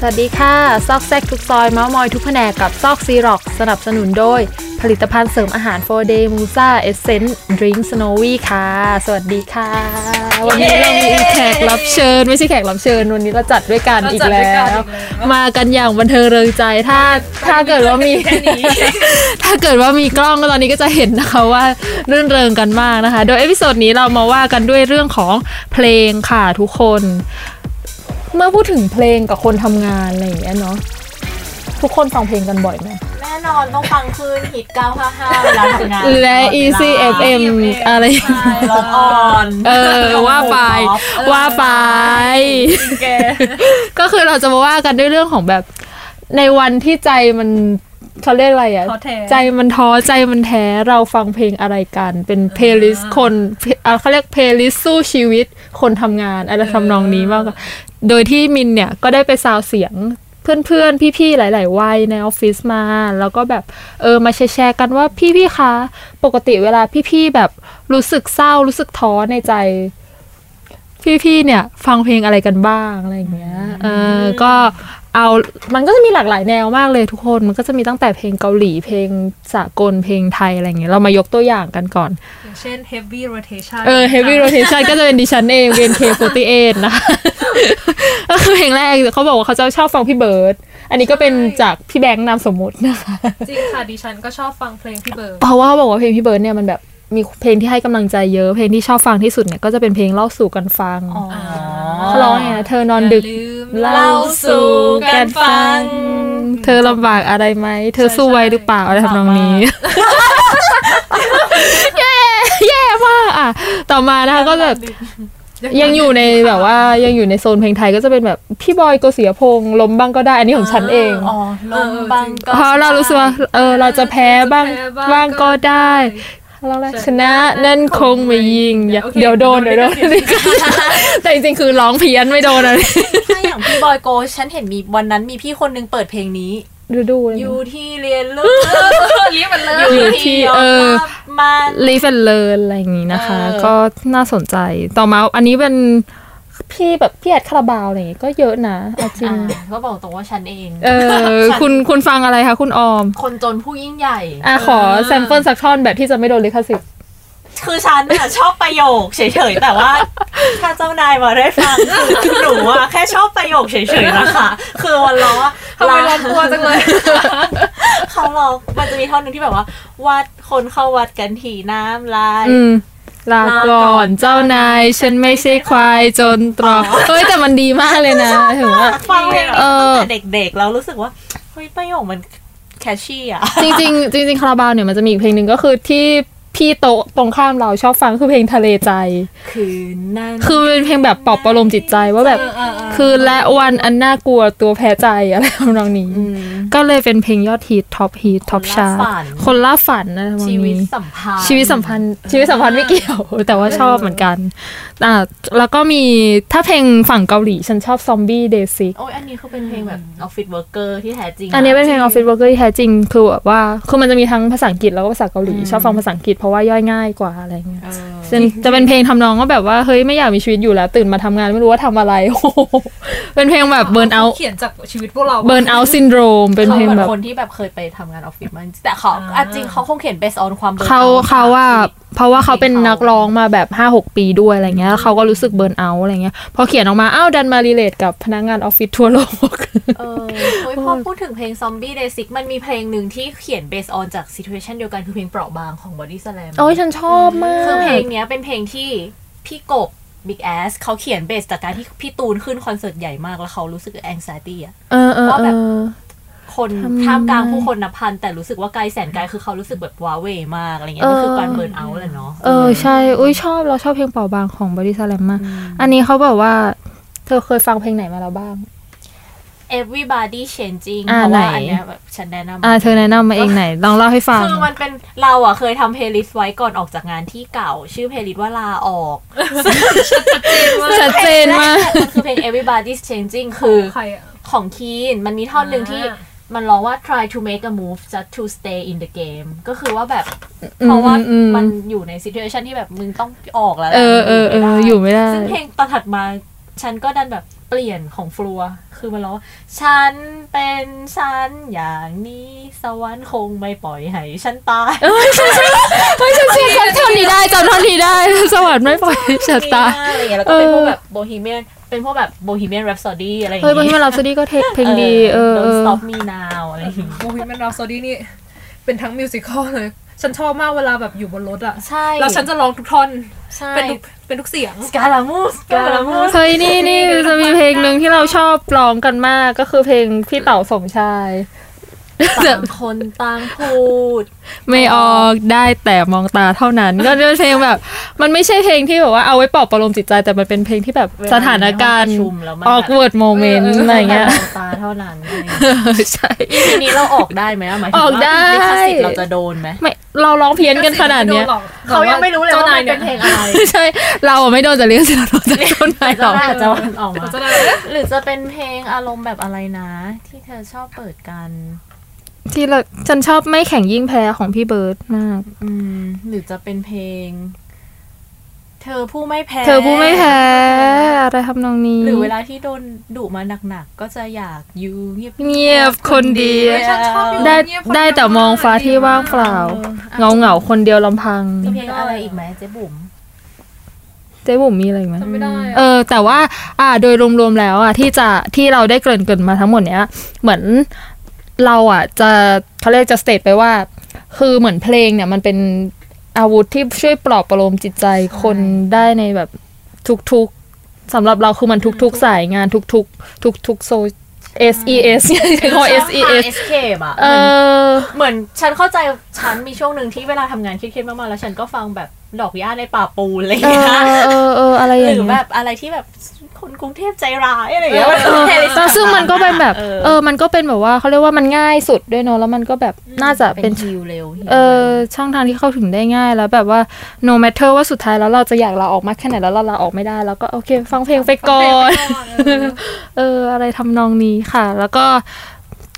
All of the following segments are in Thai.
สวัสดีค่ะ ซอกแซกทุกซอยเมาส์มอยทุกแผนกกับซอกซีร็อกสนับสนุนโดย ผลิตภัณฑ์เสริมอาหาร 4 day Musa Essence Drink Snowy ค่ะ สวัสดีค่ะ วันนี้เรามีแขกรับเชิญ ไม่ใช่แขกรับเชิญ วันนี้เราจัดด้วยกันอีกแล้ว มากันอย่างบันเทิงเริงใจถ้าถ้าเกิดว่ามี ถ้าเกิดว่ามีกล้องก็ตอนนี้ก็จะเห็นนะคะว่ารื่นเริงกันมากนะคะ โดยเอพิโซดนี้เรามาว่ากันด้วยเรื่องของเพลงค่ะทุกคน เมื่อพูดถึงเพลงกับคนทำงานอะไรอย่างเงี้ยเนาะทุกคนฟังเพลงกันบ่อยไหม แน่นอนต้องฟังคืนฮิต955เวลาทำงาน และ easy fm อะไร ลองออน เออ ว่าไป ว่าไป แก ก็คือเราจะมาว่ากันด้วยเรื่องของแบบ ในวันที่ใจมันเขาเรียกอะไรอะ ท้อแท้ ใจมันท้อใจมันแท้เราฟังเพลงอะไรกัน เป็นเพลย์ลิสต์คนเอ่อเขาเรียกเพลย์ลิสต์สู้ชีวิตคนทำงานอะไรทำนองนี้มากกว่าโดยที่มินเนี่ยก็ได้ไปซาวเสียงเพื่อนๆ พี่ๆ หลายๆวัยในออฟฟิศมา แล้วก็แบบเออมาแชร์ๆกันว่าพี่ๆคะปกติเวลาพี่ๆแบบรู้สึกเศร้ารู้สึกท้อในใจ พี่ๆ เนี่ยฟังเพลงอะไรกันบ้างอะไรอย่างเงี้ย เออ ก็เอา มันก็จะมีหลากหลายแนวมากเลยทุกคน มันก็จะมีตั้งแต่เพลงเกาหลี เพลงสากล เพลงไทยอะไรอย่างเงี้ย เรามายกตัวอย่างกันก่อน อย่างเช่น heavy rotation เออ heavy rotation ก็จะเป็นดิฉันเอง BNK48 นะคะ ก็คือเพลงแรกเขาบอกว่าเขาจะชอบฟังพี่เบิร์ด อันนี้ก็เป็นจากพี่แบงค์นามสมมุตินะคะ จริงค่ะดิฉันก็ชอบฟังเพลงพี่เบิร์ด เพราะว่าเขาบอกว่าเพลงพี่เบิร์ดเนี่ยมันแบบมีเพลงที่ให้กำลังใจเยอะ เพลงที่ชอบฟังที่สุดเนี่ยก็จะเป็นเพลงเล่าสู่กันฟังเขาร้องไงนะเธอนอนดึก ย่าลืม เล่าสู่กันฟัง เธอลำบากอะไรไหม เธอสู้ไหวหรือเปล่าอะไรทำนองนี้ แย่ แย่มากอ่ะ ต่อมานะคะก็จะยังอยู่ในแบบว่ายังอยู่ในโซนเพลงไทยก็จะเป็นแบบพี่บอยโกศิยพงษ์ล้มบ้างก็ได้ อันนี้ของฉันเอง อ๋อลมบังก็ เพราะเรารู้สึกว่าเออเราจะแพ้บ้าง จะแพ้บ้าง บ้างก็ได้เราแรกชนะนั่นคงไม่ยิงอย่า โอเค เดี๋ยวโดนเดี๋ยวโดนแต่จริงๆคือร้องเพี้ยนไม่โดนอะไร ถ้า อย่างพี่บอยโกฉันเห็นมีวันนั้นมีพี่คนนึงเปิดเพลงนี้ ดูดูอะไร อ เงี้ย ยู่ที่เรียนรู้ รีบมันเลย อยู่ที่เออ มา ลีฟแอนเลิร์นอะไรอย่างนี้นะคะ เออ ก็น่าสนใจต่อมาอันนี้เป็นพี่แบบพี่แอดคาราบาวอะไรอย่างงี้ก็เยอะนะเอาจริง อ่าก็บอกตรงว่าฉันเอง เอ อ คุณคุณฟังอะไรคะคุณออม คนจนผู้ยิ่งใหญ่ อ่ะ ขอแซมเปิลสักท่อนแบบที่จะไม่โดนลิขสิทธิ์ คือฉันน่ะ ชอบประโยคเฉยๆ แต่ว่า ถ้าเจ้านายมาได้ฟังคือหนูอะแค่ชอบประโยคเฉยๆนะคะ คือวันล้อ ทำไมร้อนตัวจังเลย เขาล้อมันจะมีท่อนหนึงที่แบบว่า วัดคนเข้าวัดกันถี่น้ำลาย อืม ลาก่อนเจ้านาย ฉันไม่ใช่ควายจนตรอกเฮ้ย แต่มันดีมากเลยนะถึงว่า ฟังเพลง เอ นี้ อ ตั้งแต่เด็กๆ แล้วรู้สึกว่า เฮ้ย ประโยคมันแคชชี่อะ จริงๆจริงๆคาราบาวเนี่ยมันจะมีอีกเพลงหนึ่งก็คือที่พี่โต๊ะตรงข้ามเราชอบฟังคือเพลงทะเลใจ คืนนั้น คือเป็นเพลงแบบปลอบประโลมจิตใจว่าแบบ คือและวันอันน่ากลัวตัวแพ้ใจอะไรทำนองนี้ ม ก็เลยเป็นเพลงยอดฮิตท็อปฮิตท็อปชาร์ต คนล่าฝัน คนล่าฝันอะไรทำนอง ชีวิต นี้ สัมพันธ์ ชีวิตสัมพันธ์ ชีวิตสัมพันธ์ไม่เกี่ยว แต่ว่าชอบเหมือนกันอ่าแล้วก็มีถ้าเพลงฝั่งเกาหลี ฉันชอบซอมบี้เดซิก โอ้ยอันนี้คือเป็นเพลงแบบออฟฟิศเวิร์กเกอร์ที่แท้จริงะ อันนี้เป็นเพลงออฟฟิศ o ว k ร์กที่แท้จริงคือแบบว่าคือมันจะมีทั้งภาษาอังกฤษแล้วก็ภาษาเกาหลี ชอบฟังภาษาอังกฤษเพราะว่าย่อยง่ายกว่าอะไรเงี้ย เออ ซึ่งจะเป็นเพลงทำนองว่าแบบว่าเฮ้ยไม่อยากมีชีวิตอยู่แล้ว ตื่นมาทำงานไม่รู้ ว่าทำอะไรโอ้โหเป็นเพลงแบบเบิร์นเอา เขียนจากชีวิตพวกเรา เบิร์นเอาซินโดรมเป็น เขา เพลง เหมือ แบบ นคนที่แบบเคยไปทำงานออฟฟิศมาจริงๆแต่เขาอ่ะจริงเขาคงเขียน based on ความ burn เขา out เขาว่า ชีวิต เพราะว่าเขาเป็น เพลงเขานั นักร้องมาแบบห้าหกปีด้วยอะไรเงี้ยแล้วเขาก็รู้สึกเบิร์นเอาอะไรเงี้ยพอเขียนออกมาอ้าวดันมารีเลทกับพนักงานออฟฟิศทั่วโลก เออเฮ้ยพอพูดถึงเพลง zombie day six มันมีเพลงหนึ่งที่เขียน based on จาก situation เดียวกันคือเพลงเปราะบางของ body slam โอ้ยฉันชอบมาก คือเพลงเนี้ยเป็นเพลงที่พี่กบ big ass เขาเขียน based จากการที่พี่ตูนขึ้นคอนเสิร์ตใหญ่มากแล้วเขารู้สึก anxiety อะ เออเออ ว่า เอ แบบ อ คน ทำไม ท่ามกลางผู้คนนับพันแต่รู้สึกว่าไกลแสนไกลคือเขารู้สึกแบบว้าเหวมากอะไรเงี้ยมันคือการ burn out แหละเนาะ เออใช่ อุ้ยชอบเราชอบเพลงเป่าบางของบอดี้สแลมมาก อันนี้เขาบอกว่า เธอเคยฟังเพลงไหนมาแล้วบ้าง everybody changing อ่า เพราะว่า ไหน อันเนี้ยแบบฉันแนะนำ อ่าเธอแนะนำมาเองไหนลองเล่าให้ฟัง คือมันเป็นเราอ่ะเคยทำเพลย์ลิสต์ไว้ก่อนออกจากงานที่เก่า ชื่อเพลย์ลิสต์ว่าลาออก ชัดเจนมาก คือเพลง everybody's changing คือ ใครอะ ของคีนมันมีท่อนหนึ่งที่ อ่า มันร้องว่า try to make a move just to stay in the game ก็คือว่าแบบเพราะว่า อืม มันอยู่ใน situation ที่แบบมึงต้องออกแล้ว เออเออเอออยู่ไม่ได้ ซึ่งเพลงตอนถัดมา ฉันก็ดันแบบเปลี่ยนของฟลัว คือมันร้องว่าฉันเป็นฉันอย่างนี้สวรรค์คงไม่ปล่อยให้ฉันตาย เอ้ยใช่ใช่เฮ้ยฉันจำจำท่อนนี้ได้จำท่อนนี้ได้สวรรค์ไม่ปล่อยชะตา ดีมกอะไรเงี้ยแล้วก็เป็น เออ พวกแบบโบฮีเมียนเป็นพวกแบบโบฮีเมียนแรปซอดี้อะไรอย่าง เฮ้ยบางที งี้ มันรับซดีก็เทคเพลงดีเออเอ โดน อ สต็อปมีนาวอะไรอย่างงี้ โมฮิมันราวโซดี้นี่ เป็นทั้งมิวสิคอลเลย ฉันชอบมากเวลาแบบอยู่บนรถอะ ใช่ แล้วฉันจะร้องทุกท่อน ใช่ เป็นทุกเป็นทุกเสียง สกาลามูสกาลามูส เฮ้ยนี่นี่จะมีเพลงหนึ่งที่เราชอบร้องกันมากก็คือเพลงพี่เต๋าสมชาย ต่างคนต่างพูด ไม่ออกได้แต่มองตาเท่านั้น ก็เป็นเพลงแบบ มันไม่ใช่เพลงที่แบบว่าเอาไว้ปลอบประโลมจิตใจแต่มันเป็นเพลงที่แบบ เวลา สถานการณ์ ในห้องประชุมแล้วมัน ออกเวิร์ดโมเมนต์อะไรเงี้ย แต่ตาเท่านั้นอะไรอย่างงี้ เออใช่ ทีนี้เราออกได้ไหมะหมายถึง ออก ว่า ได้ ลิขสิทธิ์เราจะโดนไหม ไม่เราร้องเพี้ยนกันขนาดเนี้ย เขายังไม่รู้เลยว่ามันเป็นเพลงอะไร ใช่ เราอะไม่โดนจะเลี้ยงสิเราโดนจะโดนไหนหร เรา อก อาจจะวันออกมา เจ้านายเนี่ย หรือจะเป็นเพลงอารมณ์แบบอะไรนะ ที่เธอชอบเปิดกัน ที่เราฉันชอบไม่แข่งยิ่งแพ้ของพี่เบิร์ดมาก อืมหรือจะเป็นเพลง เธอผู้ไม่แพ้ เธอผู้ไม่แพ้อะไรทำนองนี้ หรือเวลาที่โดนดุมาหนักๆ ก็จะอยากอยู่เงียบ เงียบคนเดียว เออ ฉันชอบอยู่ ได้ เงียบคนเยว ได้แต่มองฟ้าที่ว่างเปล่า เงาเหงาๆคนเดียวลำพัง มีเพลงอะไรอีกไหมเจ๊บุ๋ม เจ๊บุ๋มมีอะไรอีกไหม จำไม่ได้ เอออะแต่ว่าอ่าโดยรวมๆแล้วอ่ะที่จะที่เราได้เกริ่นเกรินมาทั้งหมดเนี้ยเหมือนเราอ่ะจะเขาเรียกจะสเตทไปว่า คือเหมือนเพลงเนี่ยมันเป็นอาวุธที่ช่วยปลอบประโลมจิตใจคนได้ในแบบทุกๆสำหรับเราคือมันทุกๆสายงานทุกๆทุกๆโซ S E S เนี่ยใช้คำว่า S E S เอะ เออ เหมือนฉันเข้าใจฉันมีช่วงหนึ่งที่เวลาทำงานเครียดๆมากๆ แล้วฉันก็ฟังแบบดอกหญ้าในป่าปูนอะไรอย่าง เอ เงี้ อย เออเอออะไรอ ห ย่าง รือ เงี้ แบ ย บอะไรที่แบบคนกรุงเทพใจร้ายอะไรอย่างเงี้ย เออแต่ซึ่งมันก็เป็นแบบ ออ เออ มันก็เป็นแบบว่าเขาเรียกว่ามันง่ายสุดด้วยเนอะแล้วมันก็แบบน่าจะ เป็ เป็น น ฮิวเร็วฮีล เออช่องทางที่เข้าถึงได้ง่ายแล้วแบบว่า no matter ว่าสุดท้ายแล้วเราจะอยากลาออกมากแค่ไหนแล้วเราลาออกไม่ได้ แล้วก็โอเค ฟังเพลงไปก่อน เออ เออ อะไรทำนองนี้ค่ะ แล้วก็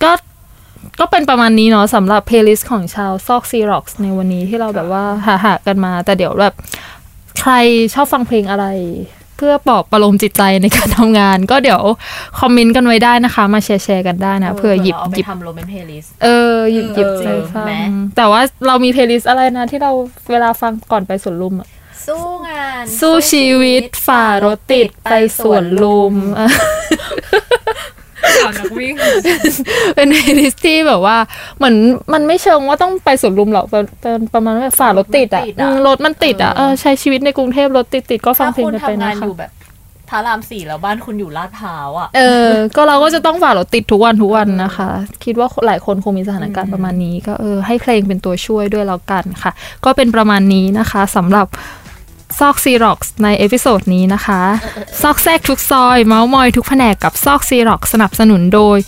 ก็ก็เป็นประมาณนี้เนาะสำหรับเพลย์ลิสต์ของชาวซอกซีร็อกในวันนี้ที่เราแบบว่าหาหากันมา แต่เดี๋ยวแบบ ใครชอบฟังเพลงอะไร เพื่อปลอบประโลมจิตใจในการทำงาน ก็เดี๋ยวคอมเมนต์กันไว้ได้นะคะ มาแชร์แชร์กันได้นะเพื่อหยิบ าไป หยิบ ทำโรแมนเพลย์ลิส เออหยิบหยิบ เออ ใจฟัง แหม แต่ว่าเรามีเพลย์ลิสต์อะไรนะที่เราเวลาฟังก่อนไปสวนลุมอะ สู้งาน สู้ชีวิตฝ่ารถติดไปสวนลุ มเออ ข่าวนักวิ่ง เป็นเพลย์ลิสต์ที่แบบว่าเหมือนมันไม่เชิงว่าต้องไปสวนลุมหรอกเป็นเป็นประมาณว่าฝ่ารถติดอ่ะอืมรถมันติดอ่ะเออใช้ชีวิตในกรุงเทพรถติดติดๆก็ฟัง ถ้า เพลง คุณ กันไป ทำ นะ งานอ คะ ยู่แบบพระรามสี่แล้วบ้านคุณอยู่ลาดพร้าวอ่ะ เออ ก็เราก็จะต้องฝ่ารถติดทุกวันทุกวันนะคะ คิดว่าหลายคนคงมีสถานการณ์ประมาณนี้ ก็เออให้เพลงเป็นตัวช่วยด้วยแล้วกันค่ะ ก็เป็นประมาณนี้นะคะสำหรับ ซอกซีร็อกในเอพิโซดนี้นะคะ ซอกแซกทุกซอย เมาส์มอยทุกแผนกกับซอกซีร็อกสนับสนุนโดย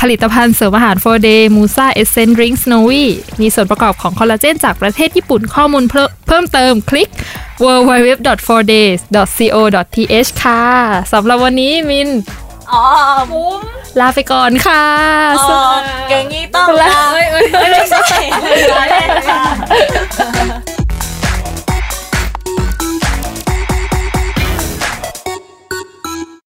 ผลิตภัณฑ์เสริมอาหาร 4 Day มูซาเอเซนดริงสโนวีมีส่วนประกอบของคอลลาเจนจากประเทศญี่ปุ่นข้อมูลเพิ่มเพิ่มเติมคลิก w w w 4 d a y s c o t h ค่ะสำหรับวันนี้มิน อ๋อ ลาไปก่อนค่ะ เออเก่งงี้ต้องลาไม่ใช่